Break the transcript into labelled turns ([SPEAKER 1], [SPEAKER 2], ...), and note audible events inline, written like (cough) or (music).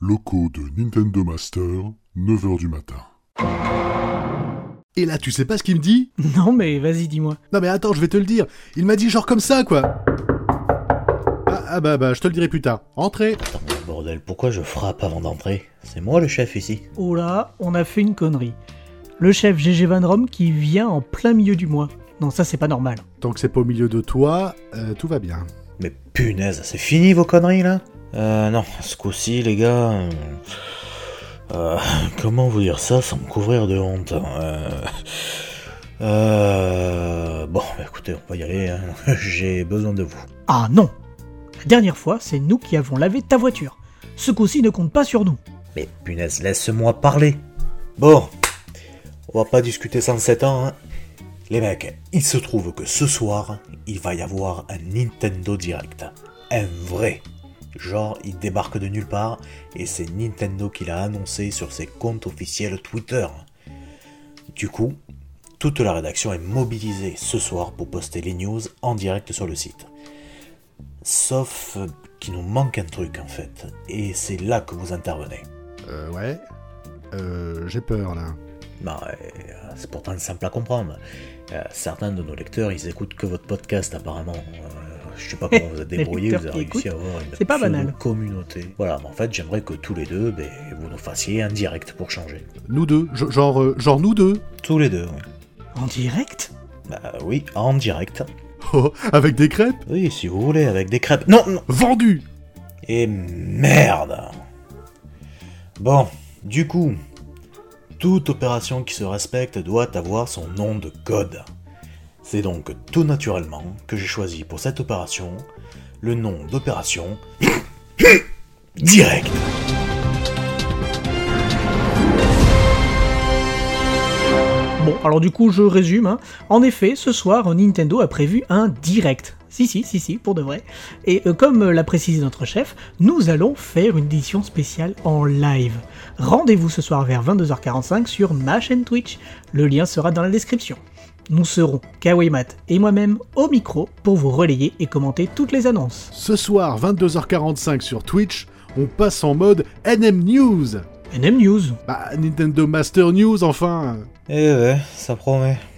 [SPEAKER 1] Locaux de Nintendo Master, 9h du matin.
[SPEAKER 2] Et là, tu sais pas ce qu'il me dit
[SPEAKER 3] (laughs) Non, mais vas-y, dis-moi.
[SPEAKER 2] Non mais attends, je vais te le dire. Il m'a dit genre comme ça, quoi. Ah, ah bah bah, je te le dirai plus tard. Entrez.
[SPEAKER 4] Attends, mais bordel, pourquoi je frappe avant d'entrer C'est moi le chef ici.
[SPEAKER 3] Oh là, on a fait une connerie. Le chef GG Van Rom qui vient en plein milieu du mois. Non, ça c'est pas normal.
[SPEAKER 2] Tant que c'est pas au milieu de toi, euh, tout va bien.
[SPEAKER 4] Mais punaise, c'est fini vos conneries là Euh, non, ce coup-ci, les gars. euh, euh, comment vous dire ça sans me couvrir de honte hein, euh, euh, Bon, bah, écoutez, on va y aller. hein. (laughs) J'ai besoin de vous.
[SPEAKER 3] Ah non La dernière fois, c'est nous qui avons lavé ta voiture. Ce coup-ci ne compte pas sur nous.
[SPEAKER 4] Mais punaise, laisse-moi parler. Bon, on va pas discuter sans 7 ans. hein. Les mecs, il se trouve que ce soir, il va y avoir un Nintendo Direct. Un vrai. Genre, il débarque de nulle part et c'est Nintendo qui l'a annoncé sur ses comptes officiels Twitter. Du coup, toute la rédaction est mobilisée ce soir pour poster les news en direct sur le site. Sauf euh, qu'il nous manque un truc en fait, et c'est là que vous intervenez.
[SPEAKER 2] Euh, ouais. Euh, j'ai peur, là.
[SPEAKER 4] Non, euh, c'est pourtant simple à comprendre. Euh, certains de nos lecteurs, ils écoutent que votre podcast apparemment. Euh, je sais pas comment vous
[SPEAKER 3] (laughs)
[SPEAKER 4] êtes
[SPEAKER 3] Les
[SPEAKER 4] débrouillés,
[SPEAKER 3] lecteurs
[SPEAKER 4] vous
[SPEAKER 3] qui
[SPEAKER 4] avez réussi à avoir une
[SPEAKER 3] c'est pas banal.
[SPEAKER 4] communauté. Voilà, mais en fait, j'aimerais que tous les deux, ben, vous nous fassiez un direct pour changer.
[SPEAKER 2] Nous deux. Je- genre, euh, genre nous deux. (laughs)
[SPEAKER 4] Tous les deux, oui.
[SPEAKER 3] En direct
[SPEAKER 4] Bah oui, en direct.
[SPEAKER 2] Oh, avec des crêpes
[SPEAKER 4] Oui, si vous voulez, avec des crêpes. Non, non
[SPEAKER 2] Vendues
[SPEAKER 4] Et merde Bon, du coup, toute opération qui se respecte doit avoir son nom de code. C'est donc tout naturellement que j'ai choisi pour cette opération le nom d'opération (coughs) direct.
[SPEAKER 3] Bon, alors du coup, je résume. hein. En effet, ce soir, Nintendo a prévu un direct. Si, si, si, si, pour de vrai. Et euh, comme euh, l'a précisé notre chef, nous allons faire une édition spéciale en live. Rendez-vous ce soir vers 22h45 sur ma chaîne Twitch. Le lien sera dans la description. Nous serons Kawaimat et moi-même au micro pour vous relayer et commenter toutes les annonces.
[SPEAKER 2] Ce soir, 22h45 sur Twitch, on passe en mode NM News.
[SPEAKER 3] NM News,
[SPEAKER 2] Bah, Nintendo Master News, enfin.
[SPEAKER 4] Eh ouais, ça promet.